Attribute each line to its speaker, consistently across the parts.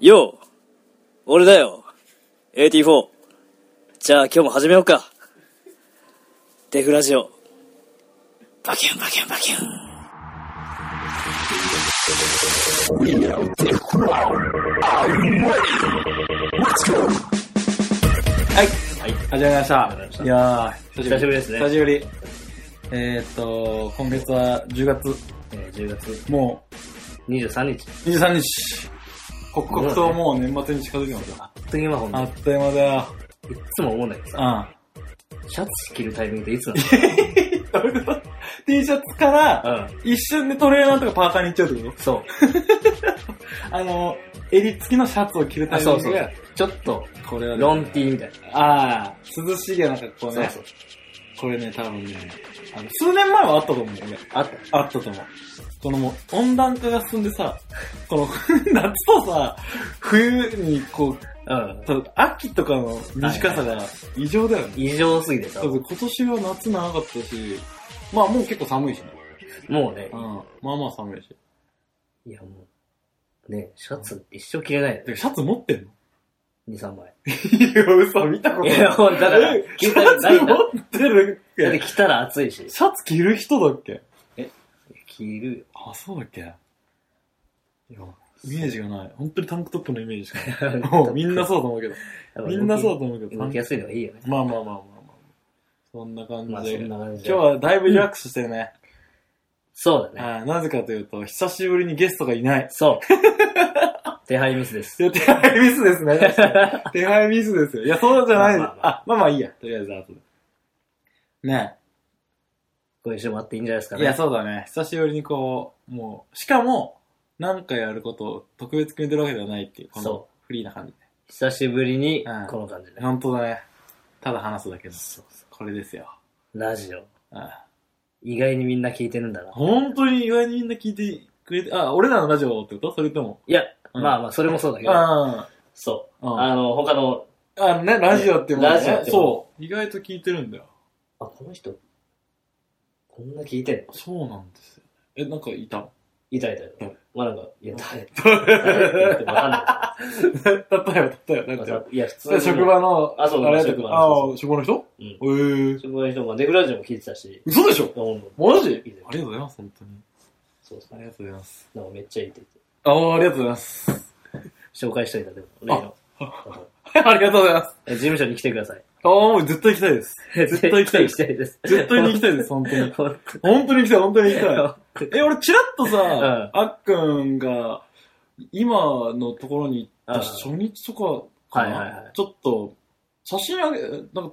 Speaker 1: よう俺だよ !AT4! じゃあ今日も始めようかデフラジオバキュンバキュンバキュン
Speaker 2: 始まりました。いやー、
Speaker 1: 久しぶりですね
Speaker 2: 久しぶり。えー、っと、今月は10月、
Speaker 1: えー10月
Speaker 2: も
Speaker 1: 23日。
Speaker 2: う23日。刻々ともう年末に近づきますよ。
Speaker 1: 次はほん
Speaker 2: あ
Speaker 1: と
Speaker 2: っという間だよ。
Speaker 1: いつも思うんだけどさ、シャツ着るタイミングっていつな
Speaker 2: うん。どういうこと ?T シャツから、
Speaker 1: のうん。
Speaker 2: 一瞬でトレーナーとかパーカーに行っちゃうってこ
Speaker 1: そう。
Speaker 2: とあの、襟付きのシャツを着るタ
Speaker 1: あ、
Speaker 2: イミ
Speaker 1: そ
Speaker 2: ン
Speaker 1: うそ
Speaker 2: グ
Speaker 1: う
Speaker 2: が、。
Speaker 1: ちょっと、
Speaker 2: これはね
Speaker 1: ロンティーみたい
Speaker 2: あー、涼しげな格好
Speaker 1: な。
Speaker 2: ね。
Speaker 1: そうそう。
Speaker 2: これね、多分ね、あの数年前はあったと思うんだよね。
Speaker 1: あった。
Speaker 2: あったと思う。このもう、温暖化が進んでさ、 この、夏とさ、冬にこう、
Speaker 1: うん。
Speaker 2: ただ秋とかの短さが異常だよね。
Speaker 1: 異常すぎてさ
Speaker 2: 多、分今年は夏長かったし、まあもう結構寒いしね。
Speaker 1: もうね
Speaker 2: う、ん。まあまあ寒いし。
Speaker 1: いやもう、ね、シャツ一生着れないよね
Speaker 2: てかシャツ持ってんの
Speaker 1: 2、3枚。
Speaker 2: いや、嘘、見たこ
Speaker 1: いや、もうだから、
Speaker 2: シ
Speaker 1: 着た
Speaker 2: ャ
Speaker 1: らない
Speaker 2: ツ持
Speaker 1: んだ。
Speaker 2: ってるっ
Speaker 1: だって
Speaker 2: け
Speaker 1: 着たら暑いし。
Speaker 2: シャツ着る人だっけ
Speaker 1: 着るよ。
Speaker 2: あ、そうだっけいや、イメージがない。本当にタンクトップのイメージしか
Speaker 1: タン
Speaker 2: な
Speaker 1: ク
Speaker 2: い。
Speaker 1: トップ
Speaker 2: もうみん なそうだと思うけど。みんなそうだと思うけど。
Speaker 1: 動きやすいのがいいよね。
Speaker 2: まあまあまあまあまあ。そんな感
Speaker 1: まあ
Speaker 2: じ
Speaker 1: そ
Speaker 2: で。
Speaker 1: んな感じ
Speaker 2: 今
Speaker 1: で。
Speaker 2: 日はだいぶリラックスしてるね。
Speaker 1: そうだね。
Speaker 2: ああなぜかというと、久しぶりにゲストがいない。
Speaker 1: そう。手配ミスです。
Speaker 2: いや手配ミスですね。確 かに手配ミスですよ。いや、そうじゃない。
Speaker 1: まあまあま
Speaker 2: あ、まあまあいいや。とりあえず後で。ね
Speaker 1: ご一緒もあっていいんじゃないですか
Speaker 2: い
Speaker 1: ね。
Speaker 2: や、そうだね。久しぶりにこう、もう、しかも、何回やることを特別決めてるわけではないっていう、この
Speaker 1: そ
Speaker 2: フリーな感じ。
Speaker 1: 久しぶりに
Speaker 2: うん、
Speaker 1: この感じね。
Speaker 2: 本当だね。ただ話すだけです。
Speaker 1: そうそ
Speaker 2: これですよ。
Speaker 1: うラジオ。
Speaker 2: ああ
Speaker 1: 意外にみんな聞いてるんだな。
Speaker 2: 本当に意外にみんな聞いてくれて、あ、俺らのラジオってことそれとも、
Speaker 1: いや、
Speaker 2: うん
Speaker 1: まあまあ、それもそうだけど。
Speaker 2: あ
Speaker 1: そ
Speaker 2: あ、う
Speaker 1: う。
Speaker 2: ん。
Speaker 1: あの、他の、
Speaker 2: あ、ね、ラジオってもんね
Speaker 1: ラジオってもん
Speaker 2: そう。意外と聞いてるんだよ。
Speaker 1: あ、この人、こんな聞いてんの
Speaker 2: そうなんですよ。え、なんかいた
Speaker 1: いたいたよ
Speaker 2: うん。
Speaker 1: まあなんか、いや、誰
Speaker 2: 例
Speaker 1: 誰って言って
Speaker 2: え
Speaker 1: もわか んない
Speaker 2: ば、例えば、
Speaker 1: なん
Speaker 2: 例え
Speaker 1: かさ。いや、普通
Speaker 2: ば。
Speaker 1: に。
Speaker 2: 職場の、
Speaker 1: あそう
Speaker 2: あれと
Speaker 1: 職場
Speaker 2: か、
Speaker 1: の
Speaker 2: ああ、職場の人
Speaker 1: うん
Speaker 2: えー。
Speaker 1: 職場の人も、ネグラジオも聞いてたし。
Speaker 2: 嘘でしょ
Speaker 1: ほんと
Speaker 2: マジあ
Speaker 1: いい
Speaker 2: り
Speaker 1: ね
Speaker 2: がとうございます、本当に。
Speaker 1: そうそ
Speaker 2: あ
Speaker 1: う。
Speaker 2: りがとうございます。
Speaker 1: なんかめっちゃいいって言って。
Speaker 2: ああ、ありがとうございます。
Speaker 1: 紹介しといた、でも、例の。
Speaker 2: ありがとうございます。
Speaker 1: え事務所に来てください。
Speaker 2: ああ、もう絶対行きたいです。絶対行きたいで
Speaker 1: 行き
Speaker 2: す。
Speaker 1: たいです。
Speaker 2: 絶対に行きたいです、本当 に。
Speaker 1: 本当
Speaker 2: 本当に行きたい、本当に行きたい。え、俺、チラッとさ、
Speaker 1: ん
Speaker 2: あっくんが、今のところに行った初日とかかな、
Speaker 1: はいはいはい
Speaker 2: ちょっと、写真あげ、なんか、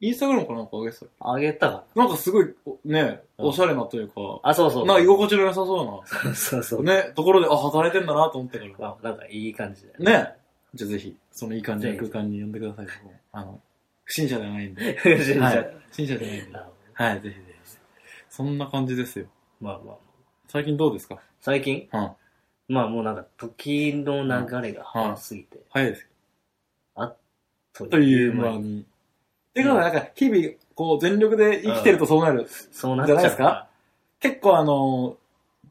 Speaker 2: インスタグラムかなんか上げてたよ
Speaker 1: あげたかな
Speaker 2: なんかすごい、おね、
Speaker 1: うん
Speaker 2: おしゃれなというか、
Speaker 1: あ、そうそう。
Speaker 2: なんか居心地の良さそ
Speaker 1: そうそうう。
Speaker 2: な、ね、ところで、あ、働いてんだなと思ったから。
Speaker 1: まあ、なんかいい感じだよ
Speaker 2: ね。じゃあぜひ、そのいい感じの
Speaker 1: ぜひ
Speaker 2: 空間に呼んでください。あの、不審者じゃないんで。
Speaker 1: ね。信じちゃ。
Speaker 2: はいう不審者じゃないんで
Speaker 1: な。るほど
Speaker 2: はい、ぜひぜひ。そんな感じですよ。
Speaker 1: まあまあ。
Speaker 2: 最近どうですか
Speaker 1: 最近
Speaker 2: うん。
Speaker 1: まあもうなんか、時の流れが早すぎて。
Speaker 2: 早いです
Speaker 1: と
Speaker 2: という間に。ってことは、なんか、日々、こう、全力で生きてるとそうなる。
Speaker 1: そうなっちゃ
Speaker 2: じ
Speaker 1: う
Speaker 2: ゃないですか結構、あの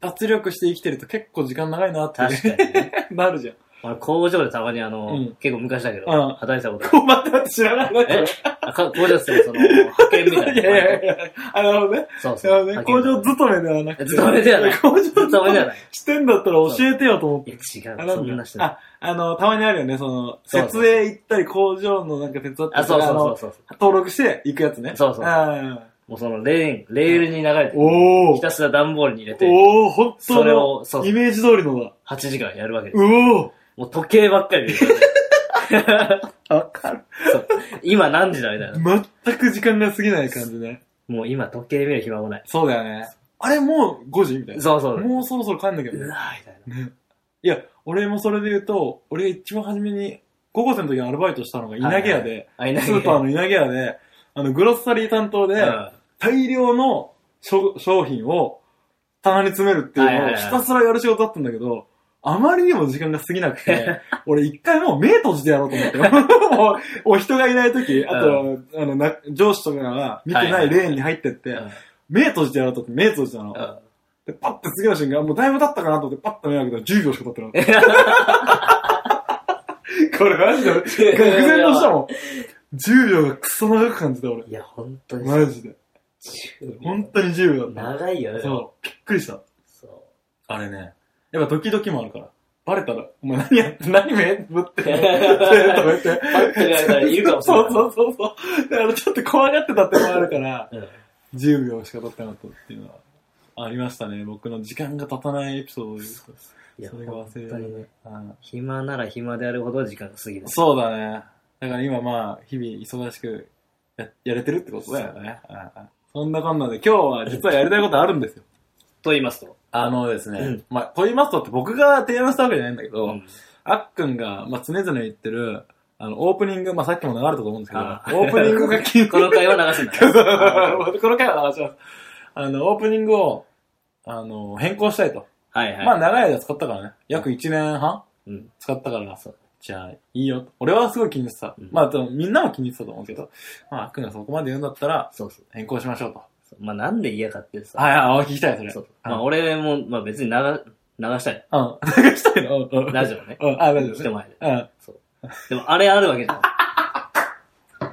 Speaker 2: ー、脱力して生きてると結構時間長いなって
Speaker 1: 確かにね。
Speaker 2: なるじゃん。
Speaker 1: 俺工場でたまにあ
Speaker 2: う
Speaker 1: の
Speaker 2: ん、
Speaker 1: 結構昔だけど
Speaker 2: うん、
Speaker 1: 働いてたこと
Speaker 2: こう、待って待って、知らないな、こ
Speaker 1: え
Speaker 2: れ。
Speaker 1: あか工場ってその、派遣み
Speaker 2: いや
Speaker 1: たい
Speaker 2: い
Speaker 1: な。
Speaker 2: やいやいや、あなるほどね。
Speaker 1: そう
Speaker 2: なる
Speaker 1: そ
Speaker 2: ほど
Speaker 1: う。
Speaker 2: ね。
Speaker 1: 派
Speaker 2: 工
Speaker 1: 遣
Speaker 2: 場勤めではなくて。
Speaker 1: 勤めではない
Speaker 2: 工場
Speaker 1: ずっと
Speaker 2: 勤め
Speaker 1: めじ
Speaker 2: じ
Speaker 1: ゃ
Speaker 2: ゃない。
Speaker 1: ない。
Speaker 2: してんだったら教えてよと思っ
Speaker 1: い
Speaker 2: て。
Speaker 1: や、違う。
Speaker 2: あ
Speaker 1: そんなしてない。
Speaker 2: あ、あの、たまにあるよね、その、
Speaker 1: そう
Speaker 2: 設営行ったり、工場のなんか手伝った
Speaker 1: あ、
Speaker 2: り
Speaker 1: そう
Speaker 2: あ
Speaker 1: そうそう
Speaker 2: の、
Speaker 1: そう。
Speaker 2: 登録して行くやつね。
Speaker 1: そうそうそう
Speaker 2: あ
Speaker 1: もうそのレーン、レールに流れて
Speaker 2: ー、お
Speaker 1: ひ
Speaker 2: ー。
Speaker 1: たすら段ボールに入れて、
Speaker 2: おー、本当の
Speaker 1: それを、そう
Speaker 2: イ、メージ通りのだ。
Speaker 1: 8時間やるわけです。
Speaker 2: うお
Speaker 1: もう時計ばっかり見てる
Speaker 2: ーわかる。
Speaker 1: そう今何時だみたいな。
Speaker 2: 全く時間が過ぎない感じね。
Speaker 1: もう今時計見る暇もない。
Speaker 2: そうだよね。あれもう5時みたいな。
Speaker 1: そうそう。
Speaker 2: もうそろそろ帰んなきゃみたい
Speaker 1: うわ
Speaker 2: な。
Speaker 1: ーみたいな。
Speaker 2: ねいや、俺もそれで言うと、俺が一番初めに、高校生の時にアルバイトしたのが稲毛屋で、
Speaker 1: あ、いない
Speaker 2: スーパーの稲毛屋で、あの、グロッサリー担当で、大量の商商品を棚に詰めるっていう
Speaker 1: はい
Speaker 2: の
Speaker 1: はい
Speaker 2: を
Speaker 1: はい
Speaker 2: ひたすらやる仕事だったんだけど、あまりにも時間が過ぎなく て、俺一回もう目閉じてやろうと思って。もうお人がいない時、あと、あの、な上司とかが見て
Speaker 1: はいは
Speaker 2: ないいレーンに入ってって、目閉じてやろうと思って目閉じたの。で、パッて次の瞬間、もうだいぶ経ったかなと思ってパッと目開けたら10秒しか経ってなかっこれマジで、愕然としたもん。10秒がクソ長く感じた、俺。
Speaker 1: いや、本当に
Speaker 2: マジで。
Speaker 1: 10
Speaker 2: 本当に10秒だっ
Speaker 1: 長いよ
Speaker 2: た。
Speaker 1: ね。
Speaker 2: そう、びっくりした。
Speaker 1: そ
Speaker 2: あれね、やっぱドキドキもあるから。バレたら、お前 何やって、何目ぶって、とか言って。
Speaker 1: う。パッとやったらいるかもしれな
Speaker 2: そう
Speaker 1: い。
Speaker 2: そうそうそう。だからちょっと怖がってたってのもあるから、
Speaker 1: うん
Speaker 2: 10秒しか経ってなかったっていうのは、ありましたね。僕の時間が経たないエピソードです。
Speaker 1: いや、
Speaker 2: それが
Speaker 1: 本
Speaker 2: 忘れ
Speaker 1: 当
Speaker 2: られ
Speaker 1: に
Speaker 2: な
Speaker 1: ね
Speaker 2: い。。うん
Speaker 1: 暇なら暇であるほど時間が過ぎる。
Speaker 2: そうだね。だから今まあ、日々忙しくややれてるってことだよね。うんそんなこんなで、今日は実はやりたいことあるんですよ。
Speaker 1: と言いますと。
Speaker 2: あのですね、
Speaker 1: うん
Speaker 2: まあ、と言いますとって僕が提案したわけじゃないんだけど、
Speaker 1: うん
Speaker 2: あっくんが、まあ、常々言ってる、あの、オープニング、まあ、さっきも流れたと思うんですけど、オ
Speaker 1: あ
Speaker 2: ープニングが気に
Speaker 1: この会は流すん
Speaker 2: そう そう
Speaker 1: だ。
Speaker 2: そうこの回は流します。あの、オープニングを、あの、変更したいと。
Speaker 1: はいはい。
Speaker 2: まあ、長い間使ったからね。約1年半
Speaker 1: うん
Speaker 2: 使ったから、じゃあ、いいよと。俺はすごい気にしてた。
Speaker 1: うん
Speaker 2: まあ、でもみんなも気にしてたと思うけど、まあ、あっくんがそこまで言うんだったら、
Speaker 1: そうそう。
Speaker 2: 変更しましょうと。
Speaker 1: まあなんで嫌かってさ。
Speaker 2: はいはい、あ聞きたい、それ。
Speaker 1: そうう。まあ俺も、まあ別に流、流したい。
Speaker 2: ん。 流したいのうんうん。
Speaker 1: ラジオ ね。
Speaker 2: うん、あ、ラジオ
Speaker 1: 人
Speaker 2: ね。
Speaker 1: 前で。
Speaker 2: うん。
Speaker 1: でもあれあるわけじゃん。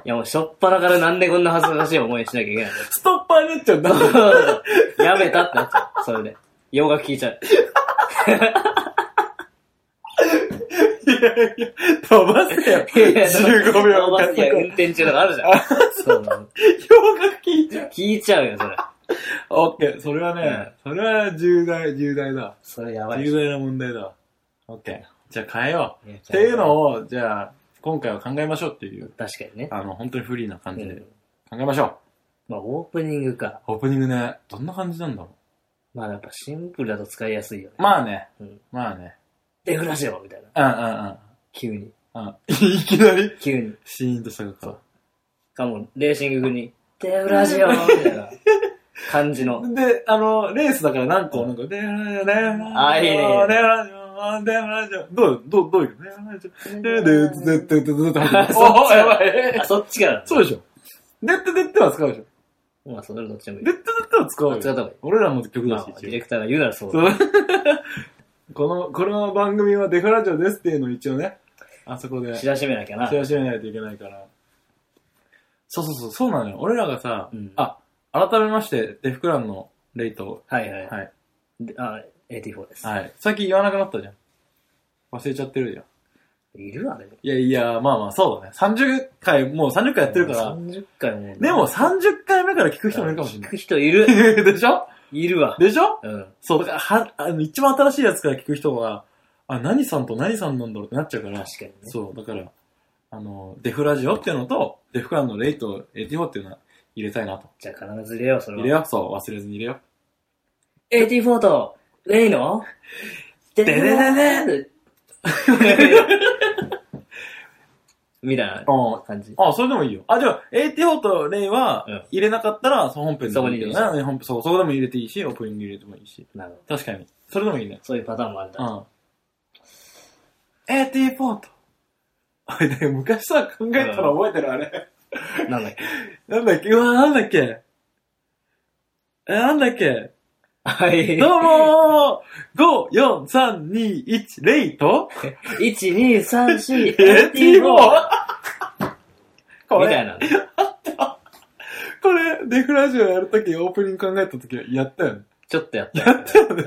Speaker 1: いやもうしょっぱなからなんでこんな恥ずかしい思いしなきゃいけない
Speaker 2: ストッパーになっちゃうんだ。
Speaker 1: の やめたってなっちゃう。それで。洋楽聴いちゃう。
Speaker 2: いやいや、飛ばせよ。15秒
Speaker 1: 間。いや、運転中とかあるじゃん。そうなの。
Speaker 2: 洋楽聴いちゃう。
Speaker 1: 聴いちゃうよ、それ。
Speaker 2: オッケー、それはね、それは重大、重大だ。
Speaker 1: それやばい。
Speaker 2: 重大な問題だ。オッケー。じゃあ変えよ
Speaker 1: いうや。
Speaker 2: っていうのを、じゃあ、今回は考えましょうっていう、
Speaker 1: 確かにね。
Speaker 2: あの、本当にフリーな感じ
Speaker 1: う
Speaker 2: で
Speaker 1: ん
Speaker 2: 考えましょ
Speaker 1: まあオープニングか。
Speaker 2: う。オープニングね、どんな感じなんだろ
Speaker 1: まあやっぱシンプルだと使いやすいよね。
Speaker 2: う。まあね
Speaker 1: うん、
Speaker 2: まあね。
Speaker 1: デフラジオみたいな。
Speaker 2: うんうん
Speaker 1: 急に。
Speaker 2: うん。うん。いきなり
Speaker 1: 急に。
Speaker 2: シーンとしたのか。
Speaker 1: かも、レーシング風に、デフラジオみたいな感じの。
Speaker 2: で、あの、レースだから何個、なんか、でラジオ、で
Speaker 1: あ
Speaker 2: ラ
Speaker 1: いい
Speaker 2: ジ
Speaker 1: ねいい
Speaker 2: オ、で
Speaker 1: ね
Speaker 2: ラジオ、でラジオ、どう、どう、どういうのでラジオ、で、で、で、で、で、で、で、おやばい
Speaker 1: あ、。そっちから。
Speaker 2: そうでしょ。でってでっては使うでしょ。
Speaker 1: まあ、それどっちでもいい
Speaker 2: で。ってでっては使う
Speaker 1: まあ使った
Speaker 2: よ。
Speaker 1: 方がいい。
Speaker 2: 俺らも曲
Speaker 1: ま
Speaker 2: だ
Speaker 1: あ
Speaker 2: し、、
Speaker 1: ディ
Speaker 2: 一
Speaker 1: レクターが言うならそう
Speaker 2: 応。
Speaker 1: だ。
Speaker 2: そうこの、この番組はデフラジオですっていうのを一応ね、あそこで
Speaker 1: 知らしめなきゃな
Speaker 2: 知。らしめないといけないから。そうそうそう、そうなのよ。俺らがさ
Speaker 1: うん、
Speaker 2: あ、改めまして、デフクランのレイト、
Speaker 1: はいはい。
Speaker 2: はい。
Speaker 1: であ、84です。
Speaker 2: はい。最近言わなくなったじゃん。忘れちゃってるじゃん。
Speaker 1: いるわね。
Speaker 2: いやいや、まあまあ、そうだね。30回、もう30回やってるから。
Speaker 1: 30回も。
Speaker 2: でも、30回目から聞く人もいるかもし
Speaker 1: 聞く人いる。
Speaker 2: れ ない。でしょ
Speaker 1: いるわ。
Speaker 2: でしょ
Speaker 1: うん。
Speaker 2: そう、だから、は、あの、一番新しいやつから聞く人は、あ、何さんと何さんなんだろうってなっちゃうから。
Speaker 1: 確かにね。
Speaker 2: そう、だから、あの、デフラジオっていうのと、デフクランのレイとエティフォっていうのは入れたいなと。
Speaker 1: じゃあ必ず入れよう、それ
Speaker 2: 入
Speaker 1: は
Speaker 2: れ。よう。そう、忘れずに入れよう。
Speaker 1: 84と、レイの、で
Speaker 2: でで
Speaker 1: でみたいな
Speaker 2: うん。
Speaker 1: 感じ。
Speaker 2: あ、それでもいいよ。あ、じゃあ、ATO とレイは
Speaker 1: うん、
Speaker 2: 入れなかったら、その本編でもいいけど
Speaker 1: そこ
Speaker 2: ね。本そう、そこでも入れていいし、オープニング入れてもいいし。
Speaker 1: なるほど。
Speaker 2: 確かに。それでもいいね。
Speaker 1: そういうパターンもあるん
Speaker 2: う
Speaker 1: だ。
Speaker 2: ん。AT4 と。あれ、でも昔さ、考えたら覚えてるあれ。
Speaker 1: なんだっけ。
Speaker 2: なんだっけうわ、なんだっけえ、なんだっけ
Speaker 1: はい。
Speaker 2: どうもー !5、4、3、2、1、レイと
Speaker 1: 1、2、3、4、
Speaker 2: AT4!
Speaker 1: 84!
Speaker 2: こ
Speaker 1: みた
Speaker 2: れ、
Speaker 1: いな。
Speaker 2: これ、デフラジオやるとき、オープニング考えたとき、やったよね。
Speaker 1: ちょっとやった。やったよね。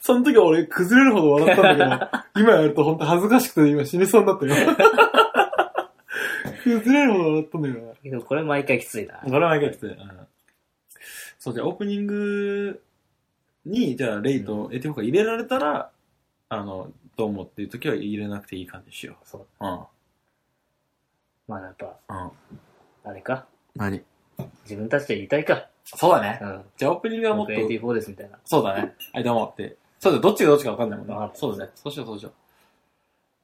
Speaker 2: その時は俺崩れるほど笑ったんだ けど、今やると本当恥ずかしくて今死にそうになった よ。崩れるほど笑ったんだけどな。
Speaker 1: でもこれ毎回きついな。
Speaker 2: 笑わなきゃきつい。そう、じゃあオープニングに、じゃあレイとエティフォが入れられたら、あの、どうもっていう時は入れなくていい感じしよ
Speaker 1: そう。
Speaker 2: う。うん。
Speaker 1: まあやっぱ、
Speaker 2: うん。
Speaker 1: あれか。
Speaker 2: 何
Speaker 1: 自分たちで言いたいか。
Speaker 2: そうだね
Speaker 1: う。ん。
Speaker 2: じゃあオープニングはもっ
Speaker 1: 僕
Speaker 2: と、
Speaker 1: 84ですみたいな。
Speaker 2: そうだね。はい、どうもって。そうだ、どっちがどっちかわかんないもん
Speaker 1: わかん
Speaker 2: な
Speaker 1: な。い
Speaker 2: そうだね。そうしよう、そうしよう。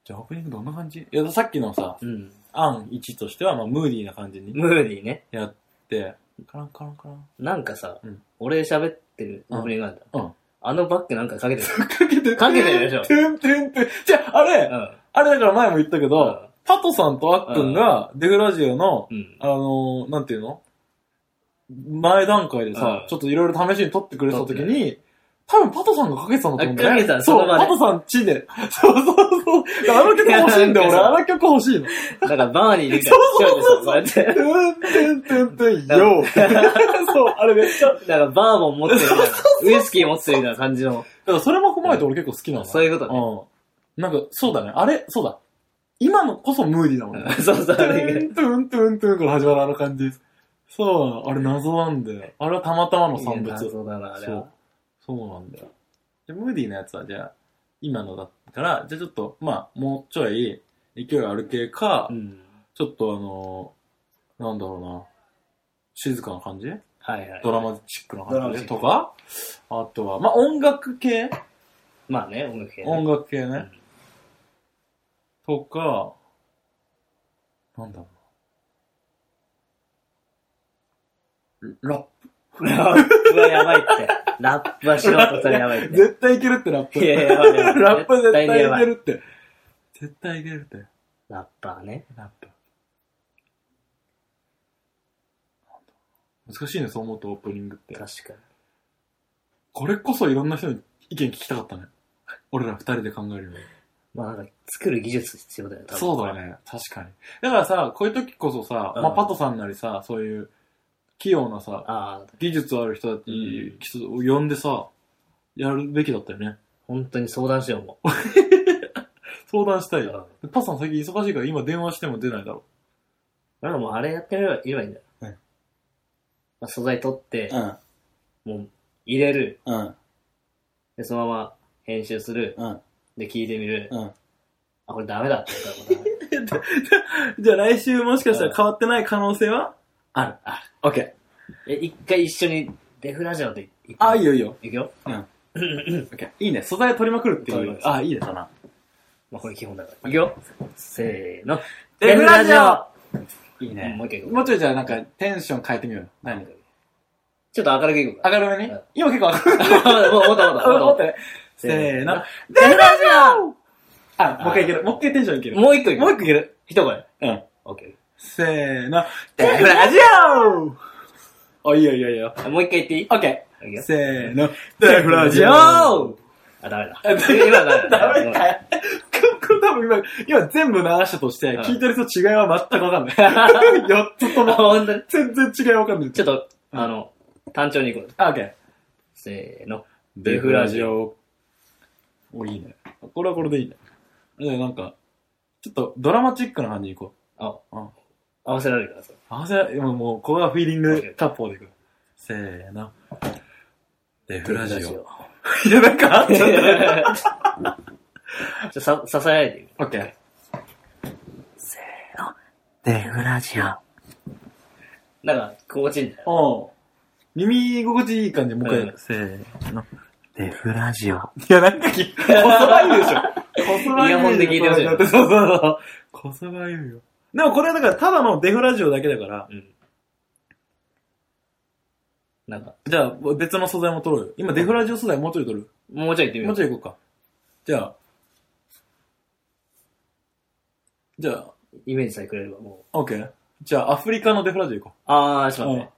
Speaker 2: じゃあオープニングどんな感じいや、さっきのさ、
Speaker 1: うん。
Speaker 2: 案1としては、まあ、ムーディーな感じに
Speaker 1: ムーディーね。
Speaker 2: やって、カランカランカラン。
Speaker 1: なんかさ、
Speaker 2: うん
Speaker 1: 俺喋ってるオープニングなんだ。
Speaker 2: うん
Speaker 1: あのバッグなんかかけてる。
Speaker 2: かけてる
Speaker 1: かけてるでしょ
Speaker 2: てんてんてん。じゃあ、あれ、
Speaker 1: うん。
Speaker 2: あれだから前も言ったけ
Speaker 1: う
Speaker 2: ど、
Speaker 1: ん
Speaker 2: パトさんとあっくんが、デフラジオの、
Speaker 1: うん。
Speaker 2: あのー、なんていうの前段階で
Speaker 1: う
Speaker 2: さ
Speaker 1: ん、
Speaker 2: ちょっといろいろ試しに撮ってくれた時
Speaker 1: 撮って
Speaker 2: に、多分パトさんがかけてたんだと思うんだよね。
Speaker 1: あかけたそ
Speaker 2: そ
Speaker 1: の
Speaker 2: う、
Speaker 1: 場で
Speaker 2: パトさんちで。そうそうそう。あの曲欲しいんだよ、
Speaker 1: い
Speaker 2: 俺。
Speaker 1: や
Speaker 2: あの曲欲しいの。
Speaker 1: なんかバーニーみたい
Speaker 2: そうそうそう
Speaker 1: な。そうやって。
Speaker 2: てんてんてんてん、よう。そう、あれめっちゃ。だ
Speaker 1: なんかバーボン持ってるみたいな。ウイスキー持ってるみたいな感じの。
Speaker 2: からそれも踏まえて俺結構好きなの。
Speaker 1: そういうことね
Speaker 2: うん。なんか、そうだね。あれ、そうだ。今のこそムーディーだ もんね。
Speaker 1: そう そう。
Speaker 2: トゥントゥントゥントゥンから始まるあの感じ。そうなの。あれ謎なんだよ。あれはたまたまの産物。
Speaker 1: そうだな、あれ
Speaker 2: そう
Speaker 1: は。。
Speaker 2: そうなんだよ。で、ムーディーのやつはじゃあ、今のだから、じゃあちょっと、まあ、もうちょい勢いある系か、
Speaker 1: うん。
Speaker 2: ちょっとあのーなんだろうな、静かな感じ
Speaker 1: はいはい。
Speaker 2: ドラマチックな
Speaker 1: ドラ
Speaker 2: 感
Speaker 1: マチ
Speaker 2: じ
Speaker 1: ック
Speaker 2: とか、あとは、まあ、音楽系
Speaker 1: まあね、音楽系ね。
Speaker 2: 音楽系
Speaker 1: う
Speaker 2: ね
Speaker 1: ん。
Speaker 2: とか、なんだろうな。ラッ
Speaker 1: ラップはやばいって。ラップは素人とやばいっ
Speaker 2: プ。
Speaker 1: て。
Speaker 2: 絶対いけるってラップ。
Speaker 1: いややばいやばい
Speaker 2: ラップ絶対い
Speaker 1: やば
Speaker 2: け
Speaker 1: い。
Speaker 2: るって。絶対いけるって。
Speaker 1: ラッパーね。
Speaker 2: ラップ。難しいね、そう思うとオープニングって。
Speaker 1: 確か
Speaker 2: これこそいろんな人の意見聞きたかったね。俺ら二人で考えるより。
Speaker 1: に。まあなんか、作る技術必要だよ、多分
Speaker 2: そうだ。ね、確かに。だからさ、こういう時こそさ、
Speaker 1: うん
Speaker 2: まあ、パトさんなりさ、そういう器用なさ、
Speaker 1: ああ、
Speaker 2: 技術ある人たち人を呼んでさ、やるべきだったよね。
Speaker 1: 本当に相談しようもう。
Speaker 2: 相談したいよ。
Speaker 1: うん
Speaker 2: パトさん最近忙しいから今電話しても出ないだろ
Speaker 1: だからもうあれやってみればいいんだよ。
Speaker 2: うん
Speaker 1: まあ、素材取って、
Speaker 2: ん、
Speaker 1: もう入れる。
Speaker 2: うん、
Speaker 1: で、そのまま編集する。
Speaker 2: うん、
Speaker 1: で、聞いてみる。
Speaker 2: うん。
Speaker 1: あ、これダメだって言ったらも う
Speaker 2: じゃあ来週もしかしたら変わってない可能性はある。
Speaker 1: あ
Speaker 2: オッケー。
Speaker 1: ダメ。え、一回一緒にデフラジオで行
Speaker 2: あ、いい
Speaker 1: よ。
Speaker 2: よいいよ。
Speaker 1: 行くよ。
Speaker 2: オッケー。いいね。素材取りまくるって
Speaker 1: 取
Speaker 2: い
Speaker 1: り
Speaker 2: う
Speaker 1: ま。くる
Speaker 2: あ、いいですな。
Speaker 1: まあ、これ基本だから。行くよ。せーの。
Speaker 2: デフラジオいい
Speaker 1: もう一回行こう
Speaker 2: もうちょいじゃあなんかテンション変えてみようよ。何
Speaker 1: ちょっと明るく行こうか。
Speaker 2: 明るめに
Speaker 1: うん
Speaker 2: 今結構明るめ。
Speaker 1: あ、もう、もう、もう、もう、
Speaker 2: 思
Speaker 1: も
Speaker 2: ってね。せ
Speaker 1: せー
Speaker 2: ーの
Speaker 1: の。
Speaker 2: デフラジオあ、もう一回いける。もう一回テンションいけ
Speaker 1: う、
Speaker 2: る。
Speaker 1: もう一個行
Speaker 2: もう
Speaker 1: こ
Speaker 2: 一個いける。
Speaker 1: 一声。
Speaker 2: うん。
Speaker 1: オッケ
Speaker 2: せーの。デフラジオあ、いいよいいよいいよ。
Speaker 1: ー。もう一回言っていい
Speaker 2: オッケ
Speaker 1: いく
Speaker 2: ー。
Speaker 1: よ
Speaker 2: せーの。デフラジオ
Speaker 1: あ、ダメだ。今はダメだ。
Speaker 2: ダメかよ。これ多分今、今全部流したとして、
Speaker 1: うん
Speaker 2: 聞いてる人違いは全くわかん ない。4つと
Speaker 1: あ
Speaker 2: も、
Speaker 1: ほんとに
Speaker 2: 全然違いわかんない。
Speaker 1: ちょっと、あの、単調に行こう。
Speaker 2: あ、オッケー。
Speaker 1: せーの。
Speaker 2: デフラジオ。お、いいね。これはこれでいいね。で、なんか、ちょっとドラマチックな感じにいこ
Speaker 1: あ、
Speaker 2: う。うん。
Speaker 1: 合わせられるからさ。
Speaker 2: 合わせ、今もう、ここはフィーリングタッポーでいく。せーの。デフラジオ。 いや、なんか、
Speaker 1: デ
Speaker 2: ち
Speaker 1: フ
Speaker 2: ょっとね。
Speaker 1: ラジオ。ちょ、さ、支えられてみる。
Speaker 2: オッケー。
Speaker 1: デフラジオ。なんか、心地いいんだよ。
Speaker 2: おう耳心地いい感じ、もう一回。
Speaker 1: うん
Speaker 2: せーの。
Speaker 1: デフラジオ。
Speaker 2: いや、なんかき、こそばゆいでしょ。こそばゆい。
Speaker 1: イヤホンで聞いてほしい
Speaker 2: だってそうそうそう。こそばゆいよ。でもこれはだから、ただのデフラジオだけだから、
Speaker 1: うん。なんか、
Speaker 2: じゃあ別の素材も撮ろうよ。今、デフラジオ素材もうちょい撮る。
Speaker 1: もうちょい行ってみ
Speaker 2: もう
Speaker 1: よう
Speaker 2: ち。ょい行こうか。じゃあ。じゃあ、
Speaker 1: イメージさえくれればもう。
Speaker 2: オッケー。じゃあ、アフリカのデフラジオ行こ
Speaker 1: あー、ちょっと
Speaker 2: う。
Speaker 1: 待って。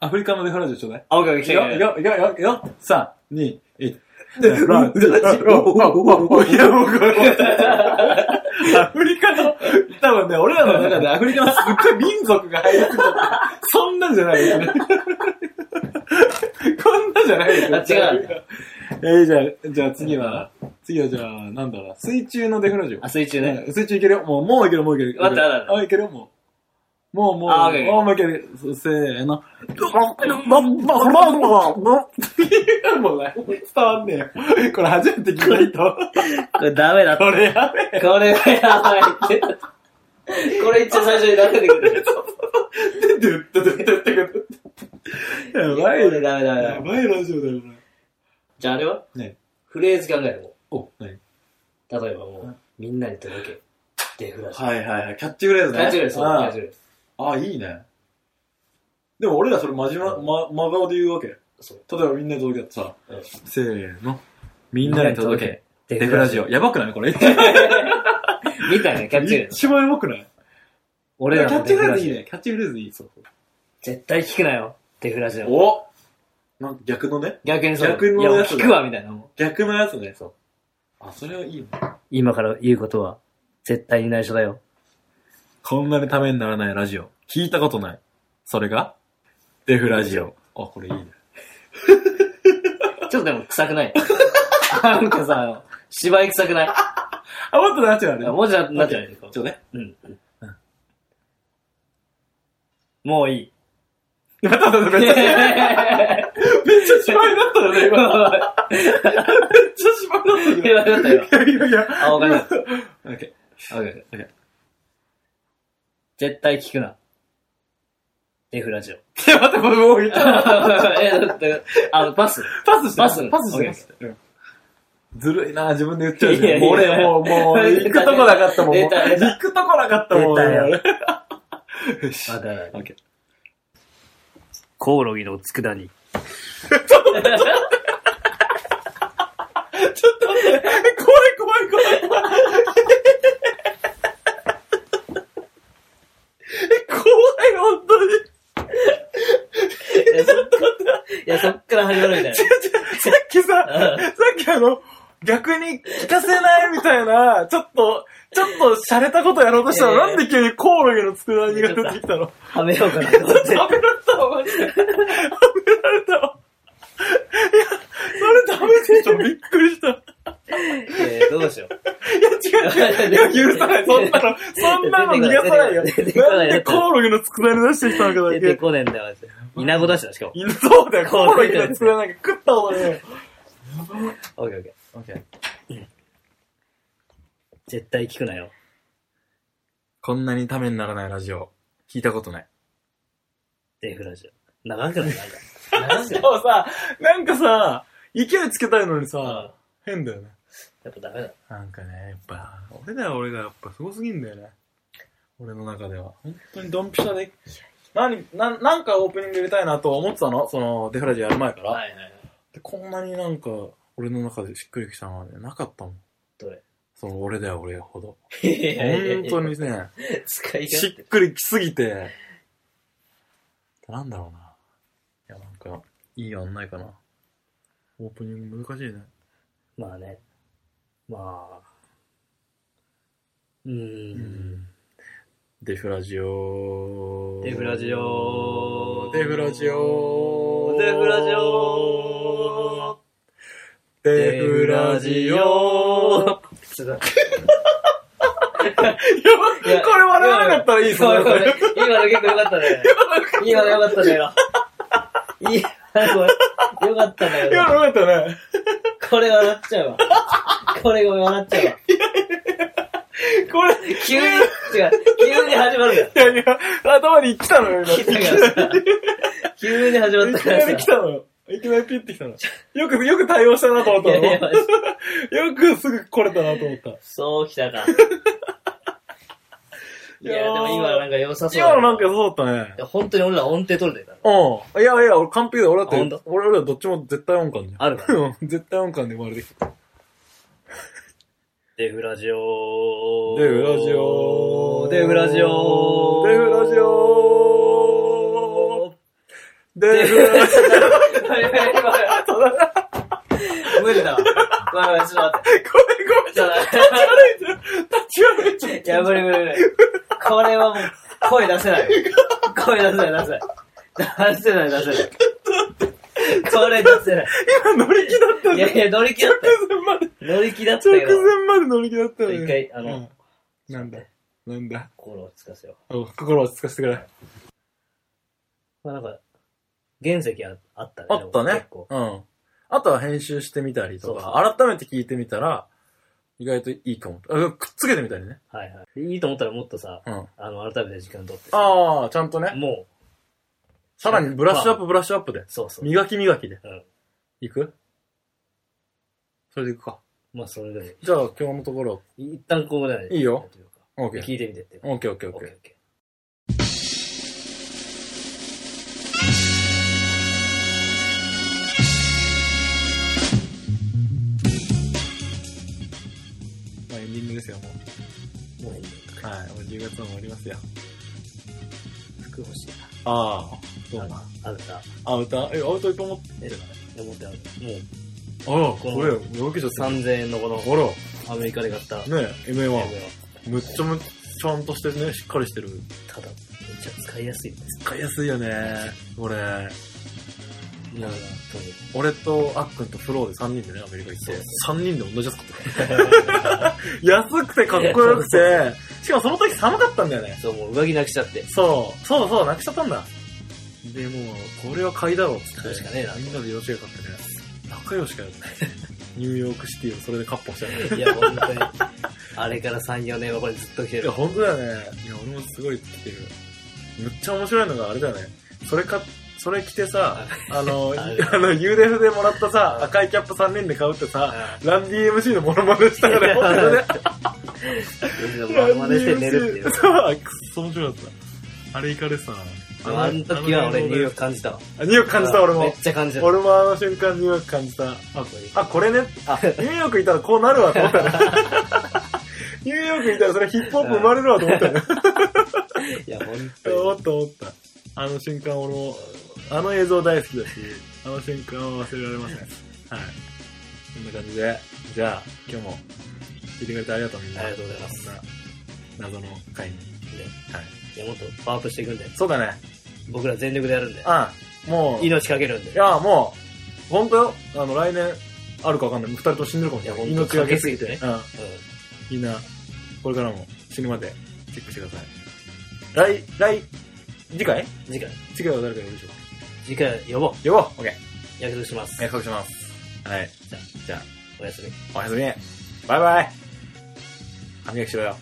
Speaker 2: アフリカのデフラジオちょうだい。
Speaker 1: あ、オッケーオッ
Speaker 2: いく
Speaker 1: ケー
Speaker 2: よ、
Speaker 1: 来
Speaker 2: い
Speaker 1: て
Speaker 2: く
Speaker 1: くれ。
Speaker 2: よ、いくよ、いくよ。3、2、1。デフ ラジオ。いや、もうこれ、アフリカの、多分ね、俺らの中でアフリカのすっごい民族が入りすぎちゃった。そんなんじゃないですね。こんなじゃないです
Speaker 1: あ違うん
Speaker 2: 違う。えー、じゃあ、じゃあ次は、次はじゃあ、なんだろう、水中のデフラジオ。
Speaker 1: あ、水中ね。
Speaker 2: うん水中いけるよ。もう、もういける、もういける。
Speaker 1: 待って待って
Speaker 2: あ、いけるよ、もう。もう、もう、
Speaker 1: あ OK
Speaker 2: も うもういける。せーの。もうね、伝わんねえよ。これ初めて聞いた人。
Speaker 1: これダメだって
Speaker 2: こ。れやべえ。
Speaker 1: これはやばいって。これ一応最初に出せてくる。
Speaker 2: ドゥッドゥッドゥッドゥッドゥッやば
Speaker 1: こ
Speaker 2: い
Speaker 1: れ
Speaker 2: ね。
Speaker 1: ダメダメダ
Speaker 2: や
Speaker 1: メ。
Speaker 2: ばいラジオだよ、こ
Speaker 1: じゃああれは
Speaker 2: れ。ね。
Speaker 1: フレーズ考えるも
Speaker 2: お、何
Speaker 1: う。例えばもう、みんなに届け。デフラジ
Speaker 2: はいはいはい。キャッチフレー
Speaker 1: オ。
Speaker 2: ズね。
Speaker 1: 大丈夫です、
Speaker 2: あ
Speaker 1: 大
Speaker 2: ー
Speaker 1: 丈夫です。
Speaker 2: あ、いいね。でも俺らそれ真面目、ま、真顔で言うわけ。例
Speaker 1: そう。
Speaker 2: えばみんなで届けたらさ、
Speaker 1: うん
Speaker 2: せーの。みんなに届け。
Speaker 1: デ
Speaker 2: デフラジ
Speaker 1: オ。
Speaker 2: オ。やばくないこれ。
Speaker 1: みたいなキャッチフレーズ。
Speaker 2: 一番やばくないキ
Speaker 1: 俺
Speaker 2: ャ
Speaker 1: らの
Speaker 2: ッチ
Speaker 1: デ
Speaker 2: フ
Speaker 1: フ
Speaker 2: レー
Speaker 1: ラ
Speaker 2: ズいい
Speaker 1: ジ
Speaker 2: ね。キャッチフレーズいい。
Speaker 1: オ。絶対聞くなよ。デフラジオ。
Speaker 2: おなん逆のね。
Speaker 1: 逆にそう。
Speaker 2: 逆のやつだ
Speaker 1: いや、聞くわ、みたいなもん。
Speaker 2: 逆のやつね、そう。あ、それはいいよね。
Speaker 1: 今から言うことは、絶対に内緒だよ。
Speaker 2: こんなにためにならないラジオ。聞いたことない。それが、デフラジオ。あ、これいいね。
Speaker 1: ちょっとでも臭くないなんかさ、芝居臭くない
Speaker 2: あ、もっとなっちゃうね。
Speaker 1: もうじゃなっちゃうよ
Speaker 2: ちょっとね。
Speaker 1: うん。もうい い。
Speaker 2: めっちゃめっちゃ、めっちゃ芝居だったよね、今。めっちゃ芝 居だったよ。たよ。いやいやいや。
Speaker 1: あわかりました
Speaker 2: オッケー。
Speaker 1: 絶対聞くな。デフラ ジオ。
Speaker 2: いや、待って、僕もう言った
Speaker 1: え、だって、あの、パス。
Speaker 2: パスして。
Speaker 1: パス
Speaker 2: パスしてます。ずるいな自分で言っちゃう
Speaker 1: いや
Speaker 2: し。
Speaker 1: いや
Speaker 2: もう俺、もう、もう、行くとこなかったもん。
Speaker 1: 出た出た
Speaker 2: 行くとこなかったもん。
Speaker 1: 出たよ
Speaker 2: よし。
Speaker 1: あ、 だ
Speaker 2: オッケー。
Speaker 3: コオロギの佃煮。
Speaker 2: 怖い怖い怖い怖い。え怖い、本当に。
Speaker 1: いや、そっから、いや、そっから始まるみたい
Speaker 2: さっきさ、さっきあの、逆に聞かせないみたいな、ちょっと、ちょっと洒落たことやろうとしたら、
Speaker 1: ええ
Speaker 2: なんで急にコオロギの佃煮が出てきたの
Speaker 1: な。はめようかなと思っ
Speaker 2: 食べ
Speaker 1: て。
Speaker 2: られたわ、マジで。食べられたわ。いや、それ食べてる人びっくりした。
Speaker 1: えー、どうしよう。
Speaker 2: いや、違う違う。いや、許さない。そんなの、そんなの逃がさないよ。
Speaker 1: 出てこ
Speaker 2: な
Speaker 1: なんい
Speaker 2: でコオロギの佃煮出してきたのかだ
Speaker 1: 出て
Speaker 2: け。
Speaker 1: こねえんだよ、マジで。稲子だしな、しかも。
Speaker 2: いやそうだよ、コオロギの佃煮なんか食った方がいいよ。
Speaker 1: オッケーオッケー。
Speaker 2: オッケー。
Speaker 1: 絶対聞くなよ。
Speaker 2: こんなにためにならないラジオ、聞いたこと ない。
Speaker 1: デフラジオ。長くないなんか。長く
Speaker 2: で
Speaker 1: ない
Speaker 2: もさ、なんかさ、勢いつけたいのに
Speaker 1: うん
Speaker 2: さ、変だよね。
Speaker 1: やっぱダメだ。
Speaker 2: なんかね、やっぱ、俺だよ俺がやっぱすごすぎんだよね。俺の中では。本当にドンピシャで。何、な、なんかオープニング入れたいなとは思ってたのその、デフラジオやる前から。
Speaker 1: はいはいはい。
Speaker 2: でこんなになんか、俺の中でしっくりきたのはね、なかったもん。
Speaker 1: どれ
Speaker 2: その、俺だよ俺ほど。
Speaker 1: 本
Speaker 2: 本当。にね、
Speaker 1: 使い
Speaker 2: し
Speaker 1: 勝
Speaker 2: っくりきすぎて。なんだろうな。いや、なんか、いい案ないかな。オープニング難しいね。
Speaker 1: 手。まあね。まあ。うーん。
Speaker 2: デフラジオ
Speaker 1: デフラジオ
Speaker 2: デフラジオ
Speaker 1: デフラジオ
Speaker 2: デフラジオやば
Speaker 1: すごい。
Speaker 2: いこれ笑わなかったらいいっすね
Speaker 1: そうこれ今の結構よかったね。今のよかったね。いや、これ、よかったね。
Speaker 2: 今のよかったね。
Speaker 1: これ笑っちゃうわ。これごめん、笑っちゃうわ。
Speaker 2: これ、
Speaker 1: 急に、違う、急に始まる
Speaker 2: いやいや、頭に来たのよ、今。いき
Speaker 1: から。急に始まったか
Speaker 2: な
Speaker 1: ら
Speaker 2: り来
Speaker 1: さ。
Speaker 2: たのよ。いきなりピッて来たの。よく、よく対応したなと思っ
Speaker 1: いやいや
Speaker 2: たの。 よくすぐ来れたなと思った。
Speaker 1: そうきたか。いや、
Speaker 2: いやー
Speaker 1: でも今なんか良さそうだ。
Speaker 2: 今のなんかそうだったね
Speaker 1: い。や本当に俺ら音程取れてるから。
Speaker 2: うん。いやいや、俺完璧だよ。俺だ
Speaker 1: あ
Speaker 2: っ
Speaker 1: 本
Speaker 2: て
Speaker 1: 当、
Speaker 2: 俺らどっちも絶対音感じゃん。
Speaker 1: あるから
Speaker 2: うん 絶対音感で生まれてきた。
Speaker 1: デフラジオ
Speaker 2: デフラジオ
Speaker 1: デフラジオ
Speaker 2: デフラジオデフラ ジ
Speaker 1: 無理だわ。ごめんごめん、ちょっと待っ
Speaker 2: オごめんごめん、
Speaker 1: て。ちょっと待っ
Speaker 2: 立ち悪いちゃ
Speaker 1: て。いや、無理無理無理。これはもう、声出せない。声出せない、出せない。出せない、出せない。これ出せない。
Speaker 2: う。今乗り気だった
Speaker 1: い
Speaker 2: んだ
Speaker 1: やいや、乗り気だっ
Speaker 2: 直前まで、
Speaker 1: たよ。乗り気だった
Speaker 2: 直
Speaker 1: よ。
Speaker 2: 前まで乗り気だったよね。
Speaker 1: 一回あの
Speaker 2: うん、なんだ、なんだ、
Speaker 1: 心をつかせよう。
Speaker 2: お心落ち着かせてくれ。
Speaker 1: まあなんか、原石ああったね。
Speaker 2: あった
Speaker 1: 結
Speaker 2: ね。
Speaker 1: 構。
Speaker 2: うん。あとは編集してみたりと
Speaker 1: そ
Speaker 2: か、
Speaker 1: う
Speaker 2: 改めて聞いてみたら、意外といいかも。あくっつけてみたりね。
Speaker 1: はいはい。いいと思ったらもっとさ、
Speaker 2: うん。
Speaker 1: あの、改めて時間取ってさ。
Speaker 2: ああ、ちゃんとね。
Speaker 1: もう、
Speaker 2: さらにブラッシュアップブラッシュアップで。
Speaker 1: そうそう。
Speaker 2: 磨き磨きで。
Speaker 1: うん。
Speaker 2: いくそれでいくか。
Speaker 1: まあ、それでもいい。
Speaker 2: じゃあ今日のところ、
Speaker 1: 一旦ここまで。
Speaker 2: いいよ。オーケー。
Speaker 1: 聞いてみてっていうか。
Speaker 2: オーケーオーケーオ
Speaker 1: オ
Speaker 2: ー
Speaker 1: ッ
Speaker 2: ケー
Speaker 1: ケーオ。ッケ
Speaker 2: まあエンディングですよ、も
Speaker 1: ー。もういいよ
Speaker 2: う。はい、もう10月は終わりますよ。
Speaker 1: 服欲しい
Speaker 2: ああ、ど
Speaker 1: な。
Speaker 2: う
Speaker 1: な
Speaker 2: も。
Speaker 1: んかあ歌。
Speaker 2: あ、歌え、アウトいっぱい持っ
Speaker 1: え、思ってある。もう、
Speaker 2: あら、
Speaker 1: この
Speaker 2: これ、よくじゃさん。
Speaker 1: 3000円のこの、
Speaker 2: ほら、ね
Speaker 1: アメリカで買った、
Speaker 2: え、MA1。
Speaker 1: MA
Speaker 2: むっちゃむっちゃんとしてね、しっかりしてる。
Speaker 1: ただ、めっちゃ使いやすいんです。
Speaker 2: 使いやすいよね、これ。
Speaker 1: いや、本
Speaker 2: 俺とあっくんとフローで3人でね、アメリカ行って。3人で同じやつ買ってた。 安くてかっこよくて、しかもその時寒かったんだよね。
Speaker 1: そう、もう上着なくしちゃって。
Speaker 2: そう、そうだそうだ、なくしちゃったんだ。で、もう、これは買いだろうっつって。
Speaker 1: 確かねえな
Speaker 2: みんなでよろしが買ってね。仲良し かよ。ニューヨークシティをそれでカッポしちゃう。
Speaker 1: いや、本当に。あれから3、4年はこれずっと着て
Speaker 2: いや、
Speaker 1: る。
Speaker 2: 本当だよね。いや、俺もすごい着てる。むっちゃ面白いのがあれだよね。それか、それ着てさ、あ の、
Speaker 1: あれ
Speaker 2: あの、UDF でもらったさ、赤いキャップ3人で買うってさ、ランディ MC のモノマネしたから、本当ね。
Speaker 1: うん。真似して寝るって いう。
Speaker 2: そう、くっそ面白かった。あれイカでさ、
Speaker 1: あのあの時は俺、ニューヨーク感じたわ。
Speaker 2: あニューヨーク感じた俺
Speaker 1: め
Speaker 2: も
Speaker 1: っ。ちゃ感じた。
Speaker 2: 俺もあの瞬間ニューヨーク感じた。あ、あこれね。あ、ニューヨークいたらこうなるわと思 ったねニューヨークいたらそれヒップホップ生まれるわと思ったね。
Speaker 1: いや、本当に。
Speaker 2: おっと思った。あの瞬間俺も、あの映像大好きだし、あの瞬間は忘れられません。はい。こんな感じで、じゃあ、今日も聞いてくれてありがとうみんな。
Speaker 1: ありがとうございます
Speaker 2: こんな謎の回に。
Speaker 1: ね
Speaker 2: はい。
Speaker 1: いや、もっとパワーアップしていくんで、
Speaker 2: そうだね。
Speaker 1: 僕ら全力でやるんで、
Speaker 2: あ、もう、い
Speaker 1: 命かけるんで、い
Speaker 2: や、もう、ほんとよ。あの、来年、あるかわかんない。二人とも死んでるかもしれない。
Speaker 1: いやほんと
Speaker 2: がけすぎて。
Speaker 1: かけす
Speaker 2: うん。
Speaker 1: う
Speaker 2: みんな、これからも死ぬまでチェックしてください。来、来、次回
Speaker 1: ん次回、
Speaker 2: 次回は誰か呼ぶでしょ
Speaker 1: 次回呼ぼう。
Speaker 2: う。呼ぼう。オッケー。
Speaker 1: 約束します。
Speaker 2: 約束します。はい。
Speaker 1: じゃ
Speaker 2: じゃあ、
Speaker 1: あ、おやすみ。
Speaker 2: おやすみ。バイバイ。歯磨きしろよ。